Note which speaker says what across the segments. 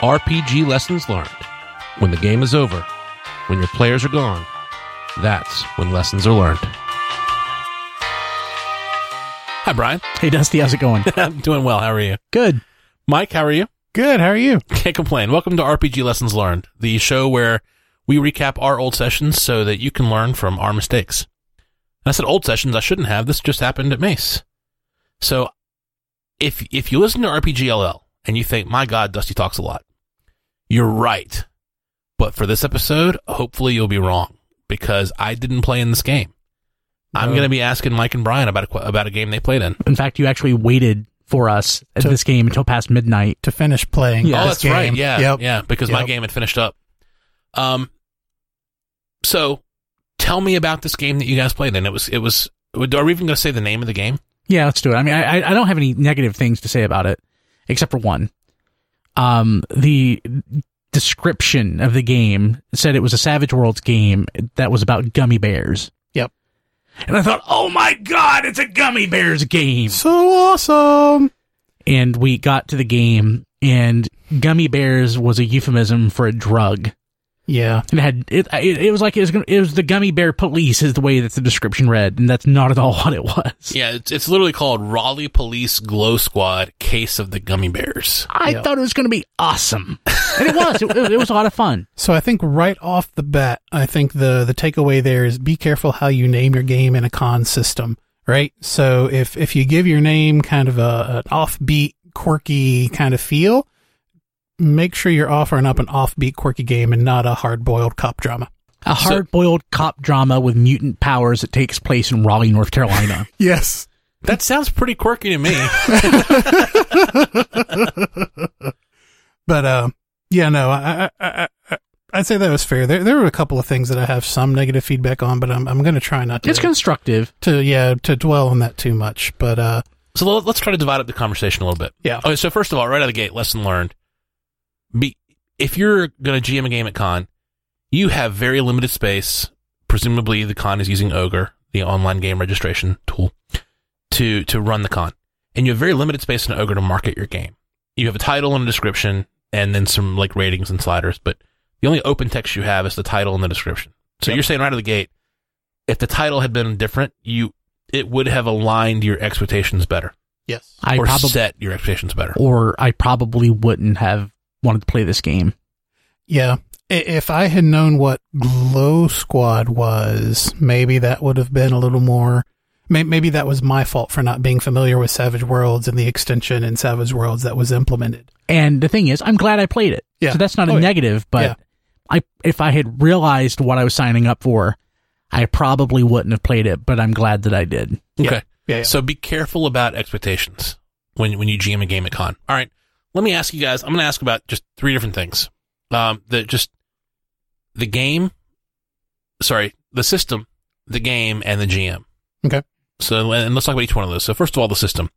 Speaker 1: RPG lessons learned. When the game is over, when your players are gone, that's when lessons are learned. Hi, Brian.
Speaker 2: Hey, Dusty, how's it going?
Speaker 1: I'm doing well. How are you?
Speaker 2: Good.
Speaker 1: Mike, how are you?
Speaker 2: Good. How are you?
Speaker 1: Can't complain. Welcome to RPG Lessons Learned, the show where we recap our old sessions so that you can learn from our mistakes. And I said old sessions, I shouldn't have. This just happened at Mace. So if if you listen to RPG LL and you think, my God, Dusty talks a lot, you're right. But for this episode, hopefully you'll be wrong because I didn't play in this game. I'm
Speaker 2: No.
Speaker 1: going to be asking Mike and Brian about a, qu- about a game they played in.
Speaker 2: In fact, you actually waited for us at
Speaker 3: To-
Speaker 2: this game until past midnight.
Speaker 3: to finish playing.
Speaker 2: Yeah.
Speaker 1: oh,
Speaker 3: this
Speaker 1: that's right.
Speaker 3: game.
Speaker 1: Yeah,
Speaker 3: Yep.
Speaker 1: yeah. Because my
Speaker 3: Yep.
Speaker 1: game had finished up. Um. So, tell me about this game that you guys played. Then it was it was. Are we even going to say the name of the game?
Speaker 2: Yeah, let's do it. I mean, I, I- I don't have any negative things to say about it, except for one. Um, the description of the game said it was a Savage Worlds game that was about gummy bears.
Speaker 3: Yep.
Speaker 2: And I thought, oh my god, it's a gummy bears game.
Speaker 3: So awesome.
Speaker 2: And we got to the game, and gummy bears was a euphemism for a drug.
Speaker 3: Yeah.
Speaker 2: It had it. It, it was like it was, gonna, it was the gummy bear police is the way that the description read, and that's not at all what it was.
Speaker 1: Yeah, it's, it's literally called Raleigh Police Glow Squad Case of the Gummy Bears.
Speaker 2: I
Speaker 3: Yeah.
Speaker 2: thought it was going to be awesome, and it was. it, it was a lot of fun.
Speaker 3: So I think right off the bat, I think the the takeaway there is be careful how you name your game in a con system, right? So if if you give your name kind of a an offbeat, quirky kind of feel, make sure you're offering up an offbeat, quirky game and not a hard boiled cop drama.
Speaker 2: A hard-boiled cop drama with mutant powers that takes place in Raleigh, North Carolina.
Speaker 3: Yes.
Speaker 1: That sounds pretty quirky to me.
Speaker 3: But uh, yeah, no, I, I, I, I, I'd say that was fair. There, there were a couple of things that I have some negative feedback on, but I'm, I'm going to try not to,
Speaker 2: it's constructive.
Speaker 3: to, yeah, to dwell on that too much. But uh,
Speaker 1: so let- let's try to divide up the conversation a little bit.
Speaker 3: yeah,
Speaker 1: Okay, so first of all, right out of the gate, lesson learned. Be if you're going to GM a game at con, you have very limited space. Presumably, the con is using Ogre, the online game registration tool, to to run the con, and you have very limited space in Ogre to market your game. You have a title and a description, and then some like ratings and sliders, but the only open text you have is the title and the description. So you're saying right out of the gate, if the title had been different, you it would have aligned your expectations better,
Speaker 3: yes,
Speaker 2: I
Speaker 1: or
Speaker 2: probably
Speaker 1: set your expectations better.
Speaker 2: or I probably wouldn't have wanted to play this game.
Speaker 3: yeah. I- If I had known what Glow Squad was, maybe that would have been a little more. may- Maybe that was my fault for not being familiar with Savage Worlds and the extension in Savage Worlds that was implemented.
Speaker 2: And the thing is, I'm glad I played it.
Speaker 3: Yeah.
Speaker 2: So that's not a
Speaker 3: Oh, yeah.
Speaker 2: negative, but
Speaker 3: Yeah.
Speaker 2: I if I had realized what I was signing up for, I probably wouldn't have played it, but I'm glad that I did.
Speaker 1: Okay.
Speaker 3: Yeah, yeah.
Speaker 1: So be careful about expectations when when you GM a game at con. All right. Let me ask you guys. I'm going to ask about just three different things. Um, the just the game, sorry, the system, the game, and the GM.
Speaker 3: Okay.
Speaker 1: So and let's talk about each one of those. So first of all, the system.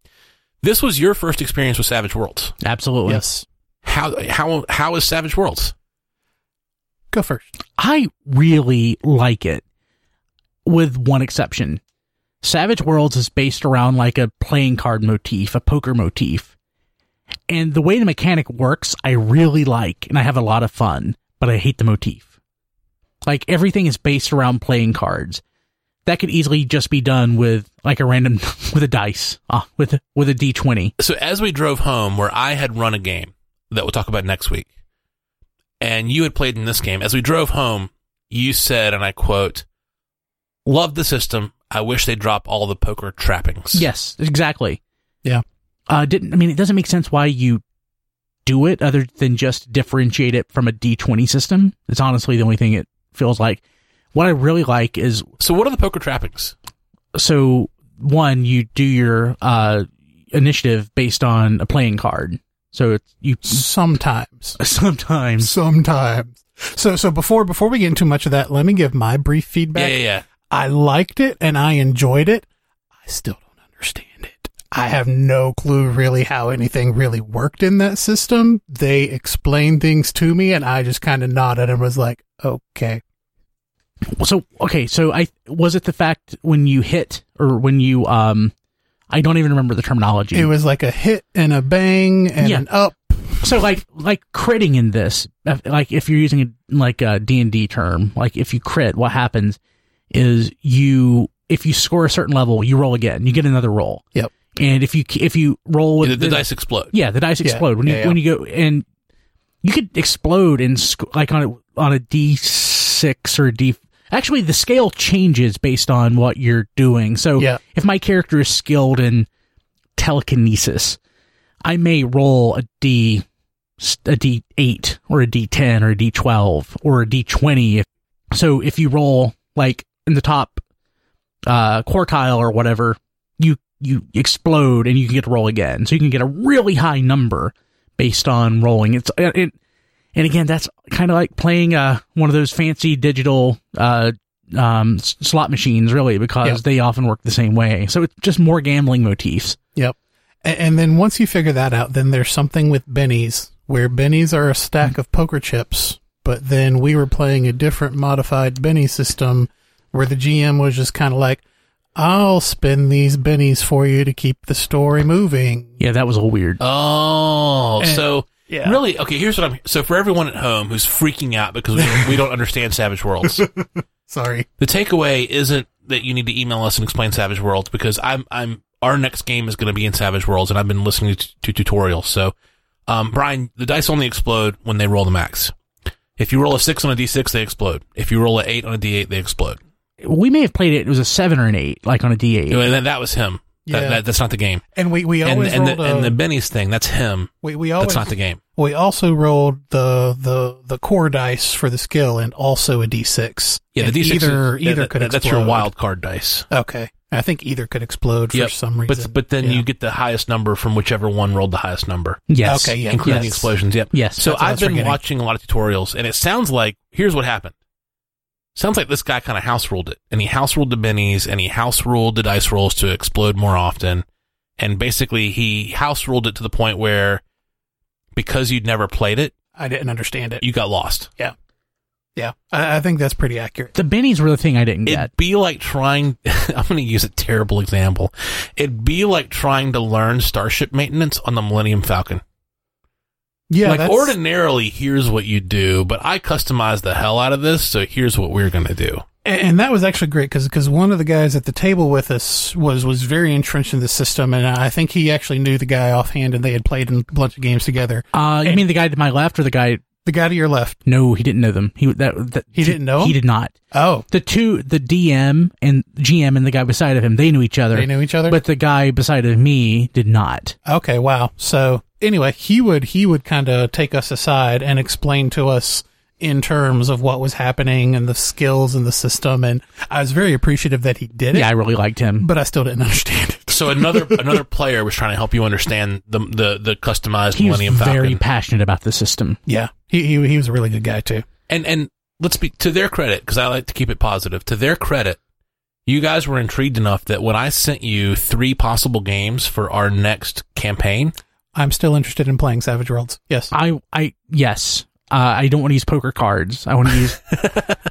Speaker 1: This was your first experience with Savage Worlds.
Speaker 2: Absolutely.
Speaker 3: yes,
Speaker 1: How how how is Savage Worlds?
Speaker 3: go first.
Speaker 2: I really like it, with one exception. Savage Worlds is based around like a playing card motif, a poker motif. And the way the mechanic works, I really like, and I have a lot of fun, but I hate the motif. Like everything is based around playing cards. That could easily just be done with like a random with a dice, uh, with with a d twenty.
Speaker 1: So as we drove home, where I had run a game that we'll talk about next week, and you had played in this game, as we drove home, you said, and I quote, "Love the system. I wish they drop all the poker trappings."
Speaker 2: Yes, exactly.
Speaker 3: Yeah.
Speaker 2: Uh, didn't I mean it doesn't make sense why you do it other than just differentiate it from a D20 system. It's honestly the only thing it feels like. What I really like is
Speaker 1: So what are the poker trappings?
Speaker 2: so one you do your uh initiative based on a playing card. So it's you
Speaker 3: Sometimes.
Speaker 2: sometimes
Speaker 3: sometimes. So so before before we get into much of that, let me give my brief
Speaker 1: Yeah,
Speaker 3: feedback.
Speaker 1: yeah, yeah.
Speaker 3: I liked it and I enjoyed it. I still don't understand it. I have no clue really how anything really worked in that system. They explained things to me and I just kind of nodded and was like, "Okay."
Speaker 2: so okay, so I was it the fact when you hit or when you um I don't even remember the terminology.
Speaker 3: It was like a hit and a bang and
Speaker 2: Yeah.
Speaker 3: an up
Speaker 2: So like like critting in this, if- like if you're using a, like a D and D term, like if you crit, what happens is you if you score a certain level, you roll again, you get another roll.
Speaker 3: Yep.
Speaker 2: And if you if you roll with
Speaker 1: the, the dice explode.
Speaker 2: yeah, the dice
Speaker 3: Yeah,
Speaker 2: explode when you
Speaker 3: yeah, yeah.
Speaker 2: when you go and you could explode and sc- like on a, on a D six or D. Actually, the scale changes based on what you're doing. So
Speaker 3: Yeah.
Speaker 2: if my character is skilled in telekinesis, I may roll a D a D eight or a D ten or a D twelve or a D twenty. So if you roll like in the top uh, quartile or whatever, you you explode and you can get to roll again. So you can get a really high number based on rolling. It's uh, it, it- and again that's kind of like playing uh, one of those fancy digital uh, um, s- slot machines, really, because
Speaker 3: Yeah.
Speaker 2: they often work the same way. So it's just more gambling motifs.
Speaker 3: Yep. And, and then once you figure that out, then there's something with bennies where bennies are a stack of poker chips, but then we were playing a different modified benny system where the GM was just kind of like, I'll spin these bennies for you to keep the story moving.
Speaker 2: Yeah, that was all weird.
Speaker 3: Uh,
Speaker 1: Oh,
Speaker 3: Eh,
Speaker 1: so
Speaker 3: yeah.
Speaker 1: really okay. Here's what I'm. So for everyone at home who's freaking out because we, we don't understand Savage Worlds,
Speaker 3: Sorry.
Speaker 1: the takeaway isn't that you need to email us and explain Savage Worlds because I'm I'm our next game is going to be in Savage Worlds and I've been listening to, to tutorials. So, um, Brian, the dice only explode when they roll the max. If you roll a six on a d6, they explode. If you roll a eight on a d8, they explode.
Speaker 2: We may have played it. It was a seven or an eight, like on a D eight.
Speaker 1: You know, and that, that was him. That-
Speaker 3: Yeah.
Speaker 1: that- that's not the game.
Speaker 3: And we, we
Speaker 1: And,
Speaker 3: always
Speaker 1: and,
Speaker 3: rolled
Speaker 1: the,
Speaker 3: a,
Speaker 1: and the Benny's thing, that's him.
Speaker 3: we, we
Speaker 1: That's
Speaker 3: always
Speaker 1: not the game.
Speaker 3: we also rolled the the the core dice for the skill and also a d6.
Speaker 1: Yeah,
Speaker 3: And
Speaker 1: the d6
Speaker 3: either
Speaker 1: is,
Speaker 3: either
Speaker 1: that-
Speaker 3: could
Speaker 1: that- that's
Speaker 3: explode.
Speaker 1: your wild card dice.
Speaker 3: Okay, I think either could explode for
Speaker 1: Yep.
Speaker 3: some reason.
Speaker 1: But but then
Speaker 3: Yeah.
Speaker 1: you get the highest number from whichever one rolled the highest number,
Speaker 2: Yes.
Speaker 3: Okay, yeah.
Speaker 1: including the
Speaker 3: Yes.
Speaker 1: explosions. Yep.
Speaker 2: Yes.
Speaker 1: So
Speaker 3: That's what I
Speaker 1: I've
Speaker 3: was
Speaker 1: been
Speaker 3: forgetting.
Speaker 1: watching a lot of tutorials, and it sounds like here's what happened. Sounds like this guy kind of house ruled it, and he house ruled the bennies, and he house ruled the dice rolls to explode more often, and basically he house ruled it to the point where because you'd never played it,
Speaker 3: I didn't understand it.
Speaker 1: you got lost.
Speaker 3: yeah, I, I think that's pretty accurate.
Speaker 2: the bennies were the thing I didn't get.
Speaker 1: It'd be like trying. I'm going to use a terrible example. It'd be like trying to learn starship maintenance on the Millennium Falcon.
Speaker 3: Yeah,
Speaker 1: like
Speaker 3: that's,
Speaker 1: ordinarily, here's what you do, but I customized the hell out of this, so here's what we're gonna do.
Speaker 3: and, and that was actually great because one of the guys at the table with us was was very entrenched in the system, and I think he actually knew the guy offhand, and they had played in a bunch of games together.
Speaker 2: Uh, you mean the guy to my left or the guy?
Speaker 3: The guy to your left,
Speaker 2: No, he didn't know them. He that, that
Speaker 3: He didn't know
Speaker 2: He
Speaker 3: him?
Speaker 2: did not.
Speaker 3: oh,
Speaker 2: The two, the DM and GM and the guy beside of him, they knew each other.
Speaker 3: they knew each other.
Speaker 2: But the guy beside of me did not.
Speaker 3: Okay, wow. So anyway, he would he would kind of take us aside and explain to us in terms of what was happening and the skills and the system and I was very appreciative that he did it,
Speaker 2: Yeah, I really liked him.
Speaker 3: but I still didn't understand it.
Speaker 1: So another another player was trying to help you understand the the, the customized
Speaker 2: he was
Speaker 1: Millennium
Speaker 2: very
Speaker 1: Falcon.
Speaker 2: passionate about the system.
Speaker 3: Yeah. He he he was a really good guy too.
Speaker 1: and and let's be to their credit, because I like to keep it positive. To their credit, you guys were intrigued enough that when I sent you three possible games for our next campaign,
Speaker 3: I'm still interested in playing Savage Worlds. Yes.
Speaker 2: I, I, yes, uh, I don't want to use poker cards. I want to use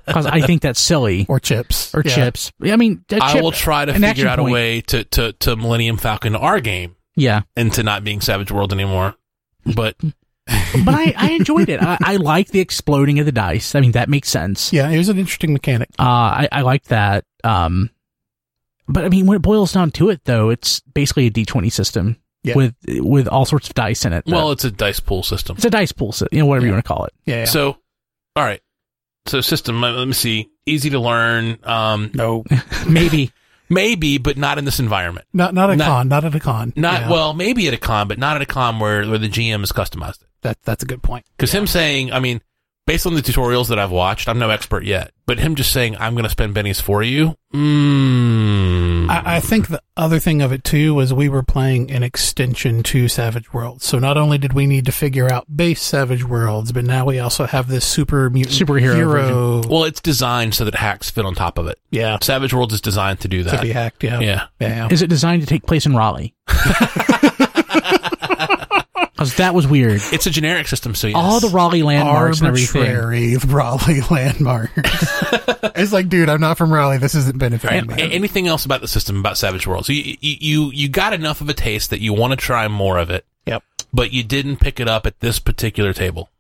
Speaker 2: because I think that's silly
Speaker 3: Or chips.
Speaker 2: or
Speaker 3: Yeah.
Speaker 2: chips. I mean, a
Speaker 1: I
Speaker 2: chip-
Speaker 1: will try to
Speaker 2: an action
Speaker 1: figure out
Speaker 2: point.
Speaker 1: a way to, to to Millennium Falcon our game
Speaker 2: Yeah,
Speaker 1: into not being Savage World anymore. But
Speaker 2: but I, I enjoyed it. I, I like the exploding of the dice. I mean, that makes sense.
Speaker 3: Yeah, it was an interesting mechanic.
Speaker 2: Uh, I, I like that. Um, but I mean, when it boils down to it, though, it's basically a D twenty system
Speaker 3: Yeah.
Speaker 2: with with all sorts of dice in it. though.
Speaker 1: well, it's a dice pool system.
Speaker 2: it's a dice pool, so, you know, whatever you want to call it.
Speaker 3: Yeah. yeah.
Speaker 1: So, all right. So system. Let, let me see. Easy to learn. Um,
Speaker 3: no.
Speaker 2: Maybe
Speaker 1: maybe, but not in this environment.
Speaker 3: Not not a
Speaker 1: Not-
Speaker 3: con, not at a con.
Speaker 1: Not
Speaker 3: Yeah.
Speaker 1: well. Maybe at a con, but not at a con where where the GM has customized it.
Speaker 3: that that's a good point.
Speaker 1: Because him saying, I mean, based on the tutorials that I've watched, I'm no expert yet, but him just saying, "I'm going to spend bennies for you." Mm,
Speaker 3: I, I think the other thing of it too was we were playing an extension to Savage Worlds. So not only did we need to figure out base Savage Worlds, but now we also have this super mutant
Speaker 2: Superhero
Speaker 3: hero.
Speaker 1: well, it's designed so that hacks fit on top of it.
Speaker 3: yeah,
Speaker 1: Savage Worlds is designed to do
Speaker 3: to
Speaker 1: that.
Speaker 3: be hacked. Yeah,
Speaker 1: yeah.
Speaker 3: yeah.
Speaker 2: is it designed to take place in Raleigh? Because that was weird.
Speaker 1: It's a generic system, so yes.
Speaker 2: All the Raleigh landmarks and everything.
Speaker 3: Arbitrary Raleigh landmarks. it's like, dude, I'm not from Raleigh. This isn't benefiting
Speaker 1: And,
Speaker 3: me.
Speaker 1: a- anything else about the system about Savage Worlds? You, you you you got enough of a taste that you want to try more of it.
Speaker 3: Yep.
Speaker 1: but you didn't pick it up at this particular table.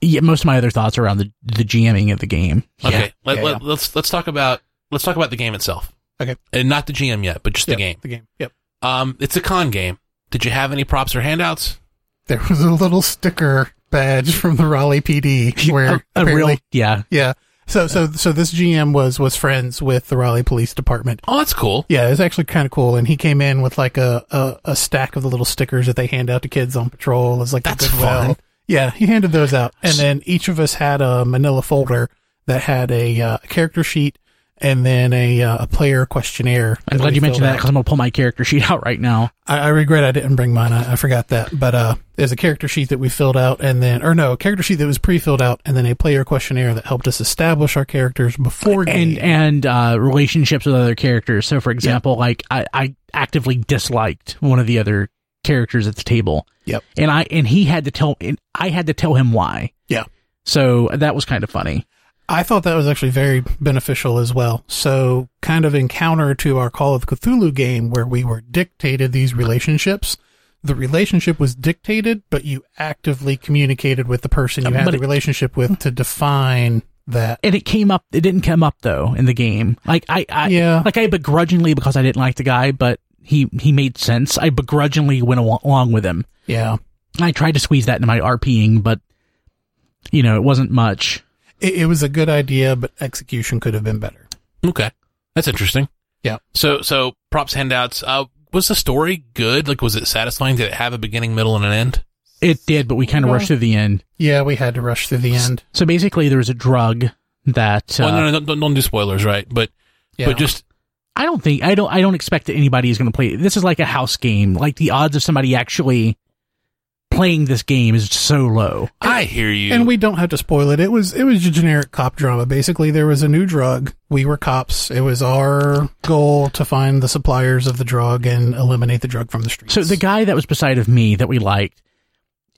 Speaker 2: Yeah, most of my other thoughts are around the the GMing of the game.
Speaker 1: Okay, let,
Speaker 3: yeah,
Speaker 1: let, let's let's talk about let's talk about the game itself.
Speaker 3: Okay.
Speaker 1: and not the GM yet, but just
Speaker 3: Yep,
Speaker 1: the game.
Speaker 3: The game. Yep.
Speaker 1: Um, it's a con game. Did you have any props or handouts?
Speaker 3: There was a little sticker badge from the Raleigh PD where
Speaker 2: a, a real
Speaker 3: apparently-
Speaker 2: yeah.
Speaker 3: yeah. So so so this GM was was friends with the Raleigh Police Department.
Speaker 1: Oh, that's cool.
Speaker 3: Yeah, it was actually kind of cool. And he came in with like a, a, a stack of the little stickers that they hand out to kids on patrol as like
Speaker 1: That's
Speaker 3: the goodwill.
Speaker 1: fun.
Speaker 3: Yeah, he handed those out, and then each of us had a Manila folder that had a uh, character sheet and then a, uh, a player questionnaire.
Speaker 2: I'm
Speaker 3: that
Speaker 2: glad
Speaker 3: we
Speaker 2: you mentioned
Speaker 3: filled
Speaker 2: that
Speaker 3: out.
Speaker 2: because I'm gonna pull my character sheet out right now.
Speaker 3: I, I regret I didn't bring mine. I, I forgot that. But uh, there's a character sheet that we filled out, and then or no, a character sheet that was pre-filled out, and then a player questionnaire that helped us establish our characters before
Speaker 2: and
Speaker 3: game.
Speaker 2: and uh, relationships with other characters. So, for example, like I, I actively disliked one of the other characters at the table.
Speaker 3: Yep.
Speaker 2: And I and he had to tell and I had to tell him why.
Speaker 3: Yeah.
Speaker 2: So that was kind of funny.
Speaker 3: I thought that was actually very beneficial as well. So, kind of in counter to our Call of Cthulhu game where we were dictated these relationships, the relationship was dictated, but you actively communicated with the person you
Speaker 2: Uh,
Speaker 3: had
Speaker 2: but
Speaker 3: the
Speaker 2: it-
Speaker 3: relationship with to define that.
Speaker 2: And it came up. It didn't come up though in the game. Like I, I
Speaker 3: Yeah.
Speaker 2: Like I begrudgingly because I didn't like the guy, but he he made sense. I begrudgingly went al- along with him.
Speaker 3: Yeah.
Speaker 2: I tried to squeeze that into my RPing, but you know it wasn't much.
Speaker 3: It, it was a good idea, but execution could have been better.
Speaker 1: Okay, that's interesting.
Speaker 3: Yeah.
Speaker 1: So so props handouts. Uh, was the story good? Like, was it satisfying? Did it have a beginning, middle, and an end?
Speaker 2: It did, but we kind of
Speaker 3: Well-
Speaker 2: rushed to the end.
Speaker 3: Yeah, we had to rush through the end.
Speaker 2: So basically, there was a drug that uh,
Speaker 1: well, no, no, don't, don't do spoilers, right? But
Speaker 3: Yeah.
Speaker 1: but just
Speaker 2: I don't think I don't I don't expect that anybody is going to play. This is like a house game. Like the odds of somebody actually playing this game is so low.
Speaker 1: I hear you.
Speaker 3: and we don't have to spoil it. It was it was a generic cop drama. Basically, there was a new drug. We were cops. It was our goal to find the suppliers of the drug and eliminate the drug from the streets.
Speaker 2: So the guy that was beside of me that we liked,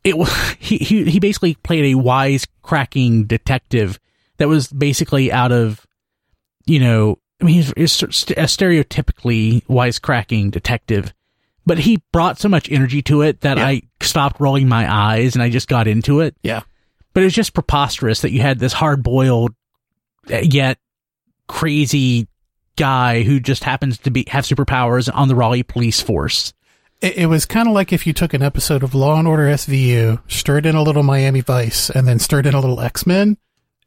Speaker 2: it was he he, he basically played a wise cracking detective that was basically out of, you know, I mean, he's, he's st- st- a stereotypically wise cracking detective, but he brought so much energy to it that
Speaker 3: Yeah.
Speaker 2: I stopped rolling my eyes and I just got into it.
Speaker 3: yeah,
Speaker 2: but it was just preposterous that you had this hard boiled yet crazy guy who just happens to be have superpowers on the Raleigh police force.
Speaker 3: it, it was kind of like if you took an episode of Law and Order SVU, stirred in a little Miami Vice, and then stirred in a little X Men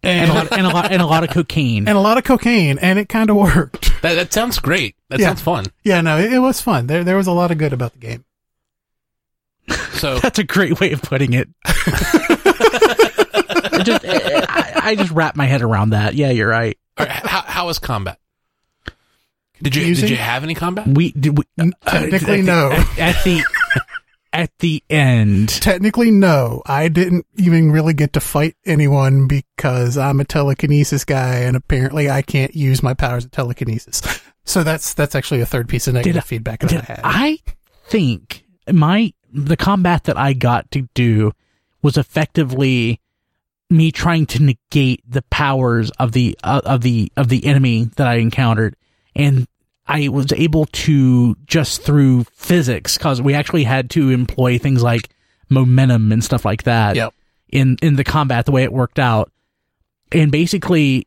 Speaker 2: And a
Speaker 3: and
Speaker 2: lot and a lot and a lot of cocaine.
Speaker 3: and a lot of cocaine, and it kind of worked.
Speaker 1: that that sounds great. That
Speaker 3: Yeah.
Speaker 1: sounds fun.
Speaker 3: Yeah, no, it, it was fun. There there was a lot of good about the game.
Speaker 1: So
Speaker 2: That's a great way of putting it. I just I, I just wrap my head around that. Yeah, you're right.
Speaker 1: all right, how how was combat? Did you
Speaker 3: Confusing.
Speaker 1: did you have any combat?
Speaker 2: We did we
Speaker 3: N- technically,
Speaker 2: at the-
Speaker 3: no.
Speaker 2: at, at the at the end.
Speaker 3: Technically, no. I didn't even really get to fight anyone because I'm a telekinesis guy, and apparently I can't use my powers of telekinesis. So that's that's actually a third piece of negative
Speaker 2: I-
Speaker 3: feedback that
Speaker 2: Did
Speaker 3: I had.
Speaker 2: I think my the combat that I got to do was effectively me trying to negate the powers of the uh, of the of the enemy that I encountered, and I was able to just through physics because we actually had to employ things like momentum and stuff like that
Speaker 3: Yep.
Speaker 2: in in the combat the way it worked out, and basically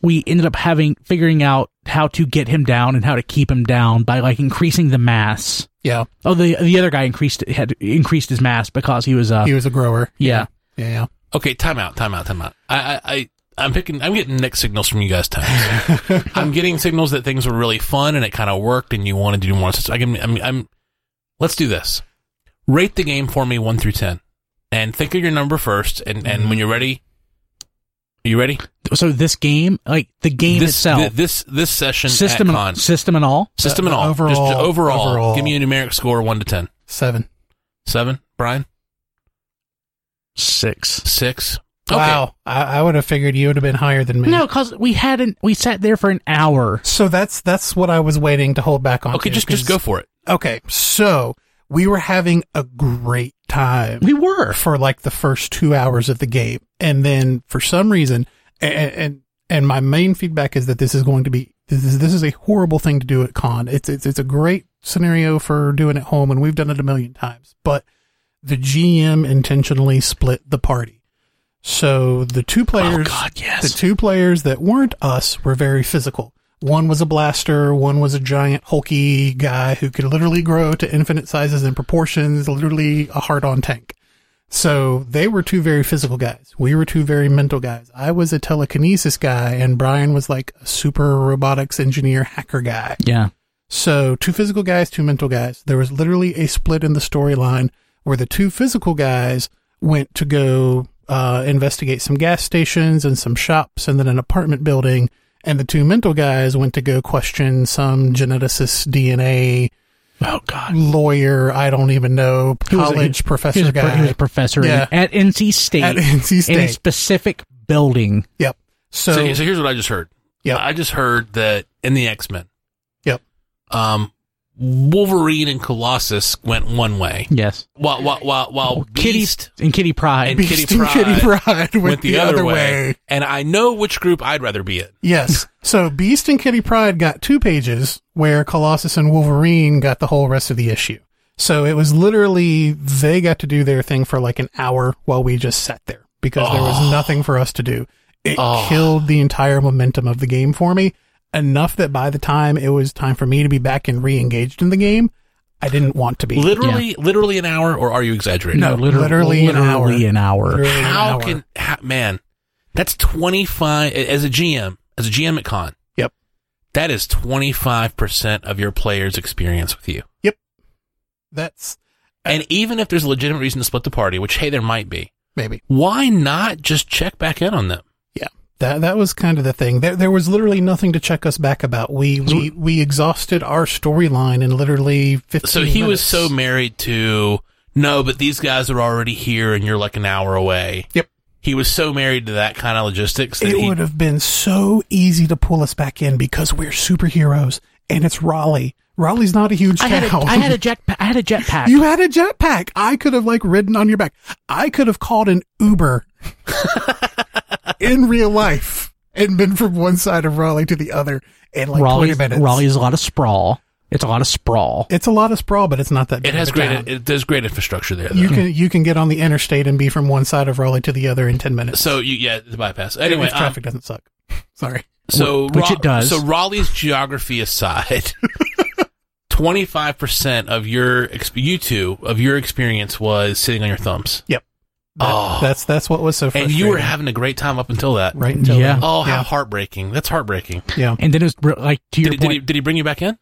Speaker 2: we ended up having figuring out how to get him down and how to keep him down by like increasing the mass.
Speaker 3: yeah,
Speaker 2: Oh, the the other guy increased had increased his mass because he was uh
Speaker 3: he was a grower.
Speaker 2: yeah.
Speaker 3: Yeah, yeah.
Speaker 1: Okay, time out, time out, time out. I, I, I I'm picking. I'm getting mixed signals from you guys. Times. I'm getting signals that things were really fun and it kind of worked, and you wanted to do more. So I can. I'm, I'm. Let's do this. Rate the game for me one through ten, and think of your number first. And and when you're ready, are you ready?
Speaker 2: So this game, like the game
Speaker 1: this
Speaker 2: itself,
Speaker 1: thi- this this session
Speaker 2: system
Speaker 1: at
Speaker 2: and uh,
Speaker 1: con,
Speaker 2: system and all.
Speaker 1: system and
Speaker 3: the
Speaker 1: all
Speaker 3: overall-
Speaker 1: Just overall,
Speaker 3: overall.
Speaker 1: Give me a numeric score one to ten.
Speaker 3: Seven.
Speaker 1: Seven, Brian.
Speaker 2: Six.
Speaker 1: Six.
Speaker 3: Wow, I, I would have figured you would have been higher than me.
Speaker 2: No, because we hadn't. We sat there for an hour.
Speaker 3: So that's that's what I was waiting to hold back on.
Speaker 1: Okay, just just go for it.
Speaker 3: Okay, so we were having a great time.
Speaker 2: We were.
Speaker 3: for like the first two hours of the game. And then for some reason, and, and, and my main feedback is that this is going to be, this is, this is a horrible thing to do at con. It's, it's, it's a great scenario for doing at home and we've done it a million times, but the GM intentionally split the party. So the two
Speaker 2: Oh
Speaker 3: players
Speaker 2: God,
Speaker 3: the
Speaker 2: yes.
Speaker 3: two players that weren't us were very physical. One was a blaster, one was a giant hulky guy who could literally grow to infinite sizes and proportions, literally a hard on tank. So they were two very physical guys. We were two very mental guys. I was a telekinesis guy and Brian was like a super robotics engineer hacker guy.
Speaker 2: yeah.
Speaker 3: So, two physical guys, two mental guys. There was literally a split in the storyline where the two physical guys went to go uh, investigate some gas stations and some shops and then an apartment building. And the two mental guys went to go question some geneticist, DNA
Speaker 2: Oh God.
Speaker 3: lawyer, I don't even know,
Speaker 2: He was a-
Speaker 3: college professor
Speaker 2: he was a, pro-
Speaker 3: guy
Speaker 2: He was a professor
Speaker 3: Yeah.
Speaker 2: in, at NC State
Speaker 3: at NC State.
Speaker 2: in a specific building.
Speaker 3: yep.
Speaker 1: So,
Speaker 3: So,
Speaker 1: so, here's what I just heard.
Speaker 3: Yep.
Speaker 1: I just heard that in the X Men,
Speaker 3: yep.
Speaker 1: um, Wolverine and Colossus went one way,
Speaker 2: Yes.
Speaker 1: while while while, while
Speaker 3: Oh,
Speaker 2: Kitty
Speaker 1: Beast
Speaker 2: and Kitty Pride.
Speaker 1: And- Kitty
Speaker 3: Beast and Kitty Pride went,
Speaker 1: went the, other, way. And I know which group I'd rather be in.
Speaker 3: Yes. So Beast and Kitty Pride got two pages where Colossus and Wolverine got the whole rest of the issue. So it was literally they got to do their thing for like an hour while we just sat there because there was nothing for us to do. It
Speaker 1: Oh.
Speaker 3: killed the entire momentum of the game for me enough that by the time it was time for me to be back and re-engaged in the game, I didn't want to be.
Speaker 1: Literally, literally an hour, or are you exaggerating?
Speaker 3: No,
Speaker 2: liter-
Speaker 3: literally an
Speaker 2: literally
Speaker 3: hour.
Speaker 2: an hour.
Speaker 3: Literally an
Speaker 1: how
Speaker 3: hour.
Speaker 1: can how, man that's 25 as a gm as a gm at con
Speaker 3: Yep.
Speaker 1: that is 25% of your players experience with you
Speaker 3: That's
Speaker 1: and even if there's a legitimate reason to split the party which hey there might be
Speaker 3: maybe.
Speaker 1: why not just check back in on them
Speaker 3: Yeah, that that was kind of the thing. There there was literally nothing to check us back about. We we, we exhausted our storyline in literally fifteen.
Speaker 1: so he was
Speaker 3: minutes.
Speaker 1: so married to no but these guys are already here and you're like an hour away
Speaker 3: Yep.
Speaker 1: he was so married to that kind of logistics that
Speaker 3: It
Speaker 1: he,
Speaker 3: would have been so easy to pull us back in because we're superheroes, and it's Raleigh. Raleigh's not a huge
Speaker 2: I had a,
Speaker 3: town.
Speaker 2: I had a jet I had a jetpack.
Speaker 3: you had a jetpack. I could have like ridden on your back. I could have called an Uber in real life and been from one side of Raleigh to the other in like
Speaker 2: Raleigh,
Speaker 3: twenty minutes.
Speaker 2: Raleigh is a lot of sprawl. It's a lot of sprawl.
Speaker 3: it's a lot of sprawl, but it's not that. big
Speaker 1: it has
Speaker 3: of a
Speaker 1: great
Speaker 3: town.
Speaker 1: it, there's great infrastructure there though.
Speaker 3: You can you can get on the interstate and be from one side of Raleigh to the other in ten minutes.
Speaker 1: so you yeah the bypass anyway
Speaker 3: if
Speaker 1: um,
Speaker 3: traffic doesn't suck. Sorry.
Speaker 1: So
Speaker 2: Wh- which it does.
Speaker 1: So Raleigh's geography aside, twenty five percent of your exp- you two of your experience was sitting on your thumbs,
Speaker 3: Yep. That-
Speaker 1: Oh.
Speaker 3: That's that's what was so
Speaker 1: and
Speaker 3: frustrating.
Speaker 1: you were having a great time up until that.
Speaker 3: right until
Speaker 2: Yeah.
Speaker 3: then.
Speaker 1: Oh, how
Speaker 3: yeah.
Speaker 1: heartbreaking! That's heartbreaking.
Speaker 3: yeah.
Speaker 2: And then it's re- like to your
Speaker 1: Did, did he
Speaker 2: point.
Speaker 1: did he bring you back in?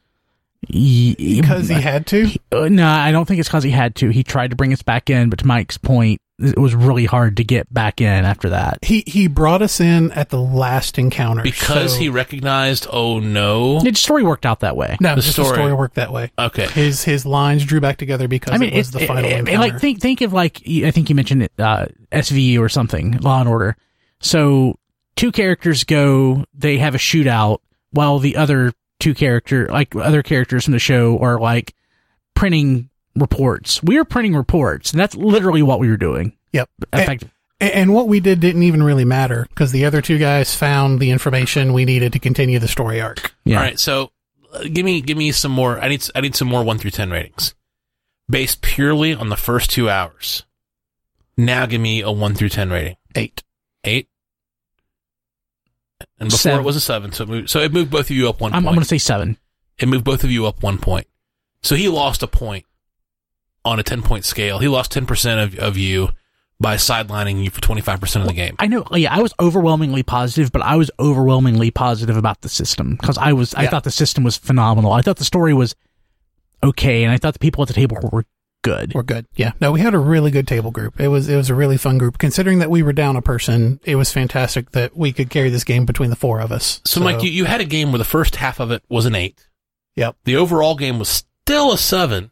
Speaker 3: Because he had to.
Speaker 2: Uh, no, I don't think it's because he had to. He tried to bring us back in, but to Mike's point, it was really hard to get back in after that.
Speaker 3: He he brought us in at the last encounter.
Speaker 1: Because
Speaker 3: so-
Speaker 1: he recognized, oh no,
Speaker 2: The story worked out that way.
Speaker 3: No,
Speaker 1: the
Speaker 3: just
Speaker 1: story.
Speaker 3: the story worked that way.
Speaker 1: okay,
Speaker 3: His his lines drew back together because
Speaker 2: I mean,
Speaker 3: it was
Speaker 2: it's
Speaker 3: the final encounter.
Speaker 2: like think think of like I think you mentioned it, uh, SVU or something, Law and Order. So two characters go, they have a shootout, while the other two character like other characters from the show are like printing reports. We were printing reports, and that's literally what we were doing.
Speaker 3: yep.
Speaker 2: In
Speaker 3: And,
Speaker 2: fact,
Speaker 3: and- and what we did didn't even really matter because the other two guys found the information we needed to continue the story arc.
Speaker 2: yeah.
Speaker 1: all right. So uh, give me give me some more. I need s- I need some more one through ten ratings, based purely on the first two hours. Now give me a one through ten rating.
Speaker 3: Eight.
Speaker 1: eight. And before
Speaker 2: Seven.
Speaker 1: it was a seven, so it moved, so it moved both of you up one
Speaker 2: I'm, I'm
Speaker 1: point.
Speaker 2: going to say seven.
Speaker 1: it moved both of you up one point. So he lost a point on a ten point scale. He lost ten percent of, of you by sidelining you for twenty five percent of the game.
Speaker 2: I know. Yeah, I was overwhelmingly positive, but I was overwhelmingly positive about the system because I was. I
Speaker 3: Yeah.
Speaker 2: thought the system was phenomenal. I thought the story was okay, and I thought the people at the table were good.
Speaker 3: We're good. Yeah. No, we had a really good table group. It was it was a really fun group. Considering that we were down a person, it was fantastic that we could carry this game between the four of us.
Speaker 1: So, Mike, you, you had a game where the first half of it was an eight.
Speaker 3: Yep.
Speaker 1: The overall game was still a seven.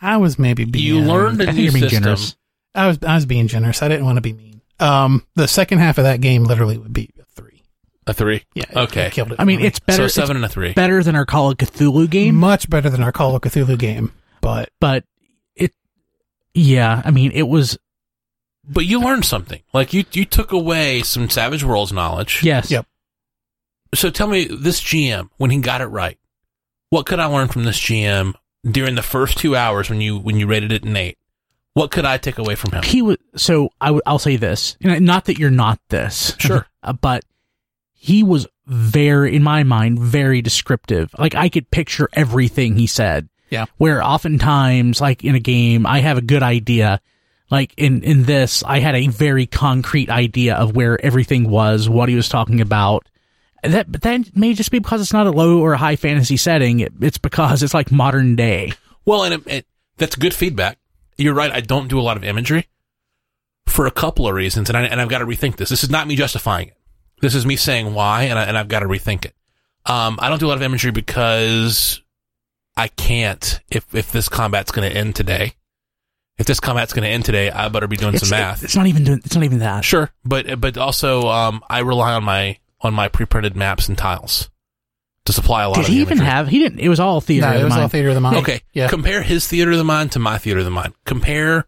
Speaker 3: I was maybe being
Speaker 1: You learned
Speaker 2: I
Speaker 1: a
Speaker 2: think
Speaker 1: new
Speaker 2: you're being
Speaker 1: system.
Speaker 2: generous.
Speaker 3: I was I was being generous. I didn't want to be mean. Um the second half of that game literally would be a three.
Speaker 1: A three.
Speaker 3: Yeah. it-
Speaker 1: Okay.
Speaker 3: it killed it.
Speaker 2: I mean,
Speaker 3: for me.
Speaker 2: it's better.
Speaker 1: so a
Speaker 2: it's
Speaker 1: seven and a three.
Speaker 2: better than our Call of Cthulhu game,
Speaker 3: much better than our Call of Cthulhu game. But
Speaker 2: but it. Yeah, I mean, it was
Speaker 1: But you learned something. Like you you took away some Savage Worlds knowledge.
Speaker 2: yes.
Speaker 3: Yep.
Speaker 1: so tell me this GM when he got it right, what could I learn from this GM during the first two hours when you when you rated it an eight? What could I take away from him?
Speaker 2: He was so I would I'll say this. You know, Not that you're not this.
Speaker 1: Sure.
Speaker 2: Uh, but he was very in my mind very descriptive. Like I could picture everything he said.
Speaker 3: Yeah.
Speaker 2: Where oftentimes like in a game I have a good idea. Like in in this I had a very concrete idea of where everything was, what he was talking about. And That but that may just be because it's not a low or a high fantasy setting. It, it's because it's like modern day.
Speaker 1: Well, and it, it, that's good feedback. You're right. I don't do a lot of imagery for a couple of reasons, and I and I've got to rethink this. This is not me justifying it. This is me saying why, and I, and I've got to rethink it. Um, I don't do a lot of imagery because I can't. If if this combat's going to end today, if this combat's going to end today, I better be doing
Speaker 2: it's,
Speaker 1: some math.
Speaker 2: It's not even doing. It's not even that.
Speaker 1: Sure, but but also um, I rely on my on my pre-printed maps and tiles to supply a lot
Speaker 2: Did
Speaker 1: of the
Speaker 2: he even
Speaker 1: imagery.
Speaker 2: have? He didn't. It was all theater.
Speaker 3: No,
Speaker 2: of
Speaker 3: it
Speaker 2: the
Speaker 3: was all
Speaker 2: mind.
Speaker 3: theater of the mind.
Speaker 1: Okay.
Speaker 3: Yeah.
Speaker 1: Compare his theater of the mind to my theater of the mind. Compare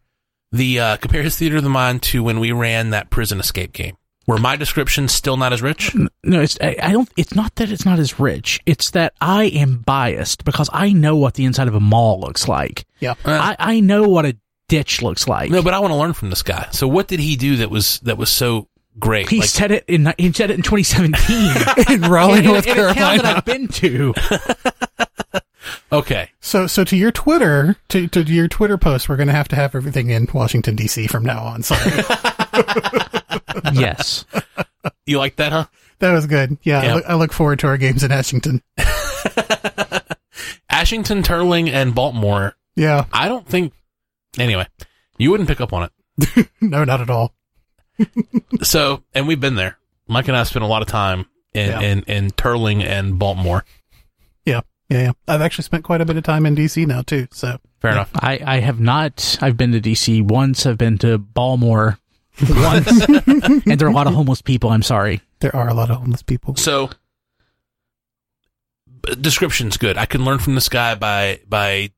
Speaker 1: the uh, compare his theater of the mind to when we ran that prison escape game. Were my descriptions still not as rich?
Speaker 2: No, it's I, I don't. It's not that it's not as rich. It's that I am biased because I know what the inside of a mall looks like.
Speaker 3: yeah.
Speaker 1: Uh,
Speaker 2: I, I know what a ditch looks like.
Speaker 1: no, but I want to learn from this guy. So what did he do that was that was so great?
Speaker 2: he
Speaker 1: Like,
Speaker 2: said it in he said it in 2017
Speaker 3: in Raleigh,
Speaker 2: in, in,
Speaker 3: North
Speaker 2: in a town
Speaker 3: Carolina.
Speaker 2: that I've been to.
Speaker 1: okay,
Speaker 3: so, so to your Twitter, to, to your Twitter post, we're going to have to have everything in Washington D.C. from now on. Sorry,
Speaker 2: yes,
Speaker 1: you like that, huh?
Speaker 3: that was good. Yeah,
Speaker 1: Yeah.
Speaker 3: I, look, I look forward to our games in Ashington.
Speaker 1: Ashington, Turling, and Baltimore.
Speaker 3: Yeah,
Speaker 1: I don't think. Anyway, you wouldn't pick up on it.
Speaker 3: no, not at all.
Speaker 1: So, and we've been there. Mike and I spent a lot of time in
Speaker 3: Yeah.
Speaker 1: in, in Turling and Baltimore.
Speaker 3: Yeah, yeah, yeah. I've actually spent quite a bit of time in D.C. now too. So
Speaker 1: Fair enough.
Speaker 2: I I have not. I've been to DC once. I've been to Balmore once, and there are a lot of homeless people. I'm sorry.
Speaker 3: there are a lot of homeless people.
Speaker 1: So b- description's good. I can learn from this guy by by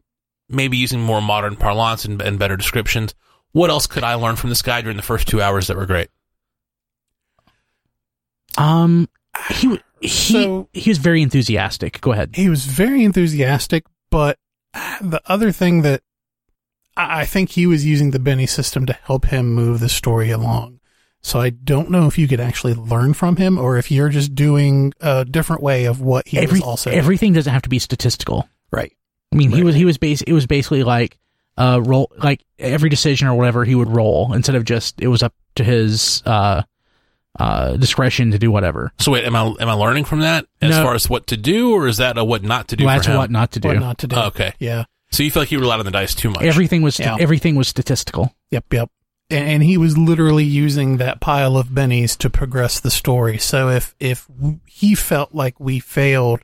Speaker 1: maybe using more modern parlance and, and better descriptions. What else could I learn from this guy during the first two hours that were great?
Speaker 2: Um, he w- he
Speaker 3: So-
Speaker 2: he was very enthusiastic. Go ahead.
Speaker 3: he was very enthusiastic, but uh, the other thing that I I think he was using the Benny system to help him move the story along. So I don't know if you could actually learn from him or if you're just doing a different way of what he
Speaker 2: Every-
Speaker 3: was also
Speaker 2: everything doesn't have to be statistical.
Speaker 3: right.
Speaker 2: I mean, he
Speaker 1: Right.
Speaker 2: was he was bas- it was basically like uh roll like every decision or whatever he would roll instead of just it was up to his uh uh discretion to do whatever.
Speaker 1: So wait, am I am I learning from that as
Speaker 2: No.
Speaker 1: far as what to do, or is that a what not to do?
Speaker 2: Well,
Speaker 1: for
Speaker 2: that's
Speaker 1: him?
Speaker 2: what not to do.
Speaker 3: What not to do.
Speaker 1: Oh, okay,
Speaker 3: Yeah.
Speaker 1: so you feel like you relied on the dice too much.
Speaker 2: Everything was
Speaker 3: Yeah.
Speaker 2: everything was statistical.
Speaker 3: Yep. Yep. And and he was literally using that pile of bennies to progress the story. So if if w- he felt like we failed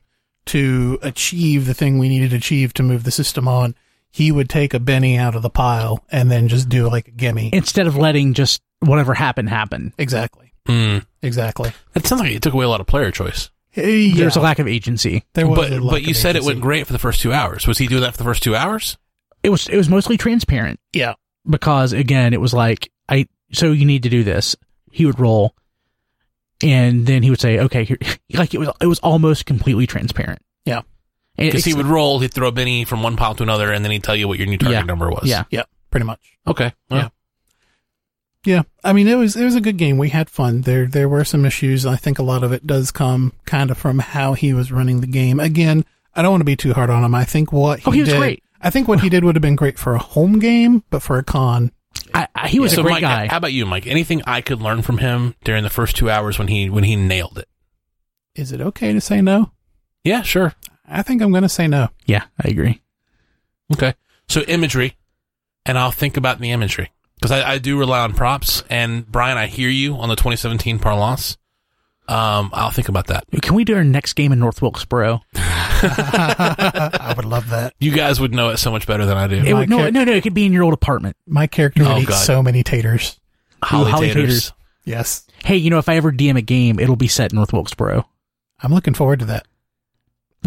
Speaker 3: to achieve the thing we needed to achieve to move the system on, he would take a benny out of the pile and then just do like a gimme.
Speaker 2: Instead of letting just whatever happened happen.
Speaker 3: Exactly.
Speaker 1: Hmm.
Speaker 3: Exactly.
Speaker 1: That sounds like it took away a lot of player choice.
Speaker 3: Hey,
Speaker 2: There's a
Speaker 3: yeah.
Speaker 2: lack of agency.
Speaker 3: There was
Speaker 1: but
Speaker 3: a lack
Speaker 1: but you
Speaker 3: of
Speaker 1: said it
Speaker 3: agency.
Speaker 1: went great for the first two hours. Was he doing that for the first two hours?
Speaker 2: It was it was mostly transparent
Speaker 3: Yeah.
Speaker 2: because again it was like I so you need to do this. He would roll and then he would say okay here like it was it was almost completely transparent.
Speaker 3: Yeah.
Speaker 2: And
Speaker 1: Because he
Speaker 2: it's-
Speaker 1: would roll, he'd throw a penny from one pile to another, and then he'd tell you what your new target
Speaker 2: Yeah.
Speaker 1: number was.
Speaker 2: Yeah.
Speaker 3: Yeah. Pretty much.
Speaker 1: Okay.
Speaker 3: Yeah. Yeah. I mean, it was it was a good game. We had fun. There there were some issues. I think a lot of it does come kind of from how he was running the game. Again, I don't want to be too hard on him. I think what he,
Speaker 2: Oh, he was
Speaker 3: did,
Speaker 2: great.
Speaker 3: I think what he did would have been great for a home game, but for a con,
Speaker 2: I, I, he was
Speaker 1: so
Speaker 2: a great
Speaker 1: Mike,
Speaker 2: guy.
Speaker 1: How about you, Mike? Anything I could learn from him during the first two hours when he when he nailed it?
Speaker 3: is it okay to say no?
Speaker 1: Yeah, sure.
Speaker 3: I think I'm going to say no.
Speaker 2: yeah, I agree.
Speaker 1: Okay. So imagery, and I'll think about the imagery because I, I do rely on props. And Brian, I hear you on the 2017 parlance. Um, I'll think about that.
Speaker 2: Can we do our next game in North Wilkesboro?
Speaker 3: I would love that.
Speaker 1: You guys would know it so much better than I do.
Speaker 2: It would, no,
Speaker 3: character-
Speaker 2: no, no. It could be in your old apartment.
Speaker 3: My character would
Speaker 1: Oh,
Speaker 3: eat
Speaker 1: God.
Speaker 3: so many taters.
Speaker 1: Holly,
Speaker 2: Holly
Speaker 1: Taters.
Speaker 2: Taters.
Speaker 3: Yes.
Speaker 2: Hey, you know, if I ever DM a game, it'll be set in North Wilkesboro.
Speaker 3: I'm looking forward to that.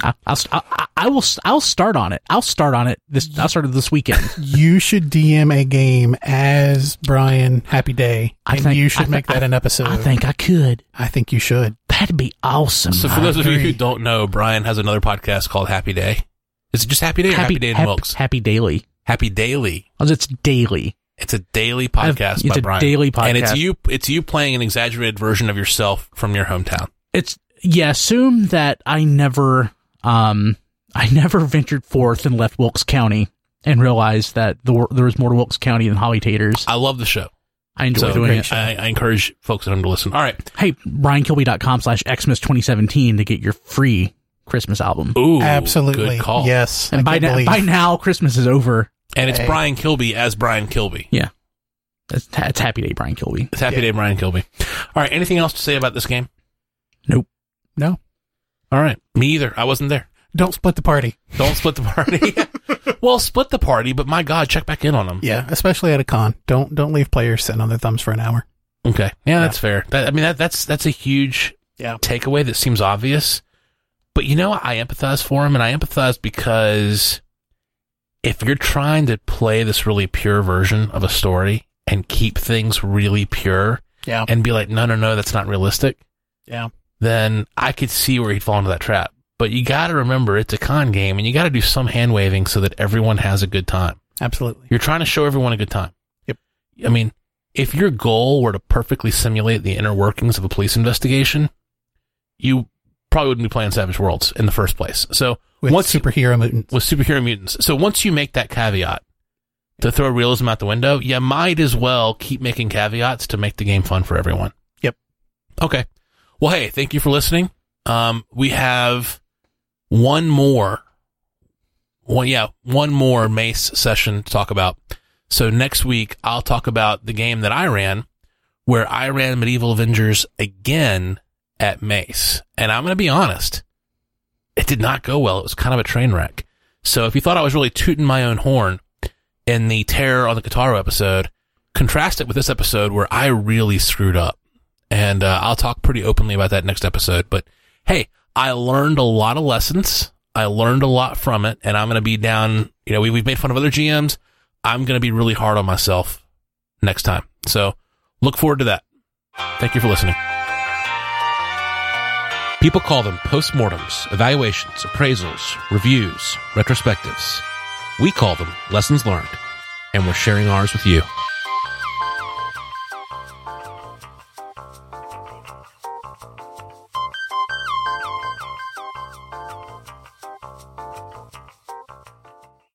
Speaker 2: I, I'll, st- I, I- I will. st- I'll start on it. I'll start on it. This I'll start it this weekend.
Speaker 3: You should DM a game as Brian Happy Day,
Speaker 2: I
Speaker 3: and
Speaker 2: think-
Speaker 3: you
Speaker 2: I
Speaker 3: should
Speaker 2: thi-
Speaker 3: make that an episode.
Speaker 2: I think I could.
Speaker 3: I think you should.
Speaker 2: That'd be awesome.
Speaker 1: So for
Speaker 3: I
Speaker 1: those of you
Speaker 3: agree.
Speaker 1: who don't know, Brian has another podcast called Happy Day. Is it just Happy Day or Happy, Day and
Speaker 2: hap-
Speaker 1: Wilkes?
Speaker 2: Happy daily.
Speaker 1: Happy Daily.
Speaker 2: Oh, It's daily.
Speaker 1: It's a daily podcast
Speaker 2: I've-
Speaker 1: by
Speaker 2: it's a
Speaker 1: Brian.
Speaker 2: daily podcast.
Speaker 1: and it's you it's you playing an exaggerated version of yourself from your hometown.
Speaker 2: It's yeah. Assume that I never, um, I never ventured forth and left Wilkes County and realized that the, wor- there was more to Wilkes County than Holly Taters.
Speaker 1: I love the show.
Speaker 2: I enjoy
Speaker 1: So
Speaker 2: doing
Speaker 1: I,
Speaker 2: it.
Speaker 1: I, I encourage folks at home to listen. All right.
Speaker 2: Hey, briankilby.com slash Xmas 2017 to get your free Christmas album.
Speaker 1: Ooh.
Speaker 3: Absolutely.
Speaker 1: Good call.
Speaker 3: Yes.
Speaker 2: and
Speaker 3: I
Speaker 2: by,
Speaker 3: can't
Speaker 2: now,
Speaker 3: believe-
Speaker 2: by now, Christmas is over.
Speaker 1: And it's
Speaker 3: Hey.
Speaker 1: Brian Kilby as Brian Kilby.
Speaker 2: It's, it's Happy Day, Brian Kilby.
Speaker 1: It's Happy Day Brian Kilby. All right. Anything else to say about this game?
Speaker 3: no,
Speaker 1: All right. Me either. I wasn't there.
Speaker 3: don't split the party.
Speaker 1: Don't split the party. well, split the party, but my God, check back in on them.
Speaker 3: Yeah, especially at a con. Don't don't leave players sitting on their thumbs for an hour.
Speaker 1: Okay. Yeah, that's fair. That, I mean, that, that's that's a huge
Speaker 3: Yeah.
Speaker 1: takeaway that seems obvious. But you know, I empathize for him, and I empathize because if you're trying to play this really pure version of a story and keep things really pure
Speaker 3: Yeah.
Speaker 1: and be like, no, no, no, that's not realistic,
Speaker 3: Yeah.
Speaker 1: then I could see where he'd fall into that trap. But you got to remember, it's a con game, and you got to do some hand waving so that everyone has a good time.
Speaker 3: Absolutely.
Speaker 1: You're trying to show everyone a good time.
Speaker 3: Yep.
Speaker 1: I mean, if your goal were to perfectly simulate the inner workings of a police investigation, you probably wouldn't be playing Savage Worlds in the first place. So
Speaker 3: With
Speaker 1: once
Speaker 3: superhero mutants.
Speaker 1: with superhero mutants. So once you make that caveat to throw realism out the window, you might as well keep making caveats to make the game fun for everyone.
Speaker 3: Yep.
Speaker 1: Okay. Well, hey, thank you for listening. Um, we have one more, one yeah, one more Mace session to talk about. So next week I'll talk about the game that I ran, where I ran Medieval Avengers again at Mace, and I'm going to be honest, it did not go well. It was kind of a train wreck. So if you thought I was really tooting my own horn in the Terror on the Kataro episode, contrast it with this episode where I really screwed up. And uh, I'll talk pretty openly about that next episode. But hey, I learned a lot of lessons. I learned a lot from it. And I'm going to be down, you know, we, we've made fun of other GMs. I'm going to be really hard on myself next time. So look forward to that. Thank you for listening. People call them postmortems, evaluations, appraisals, reviews, retrospectives. We call them lessons learned, and we're sharing ours with you.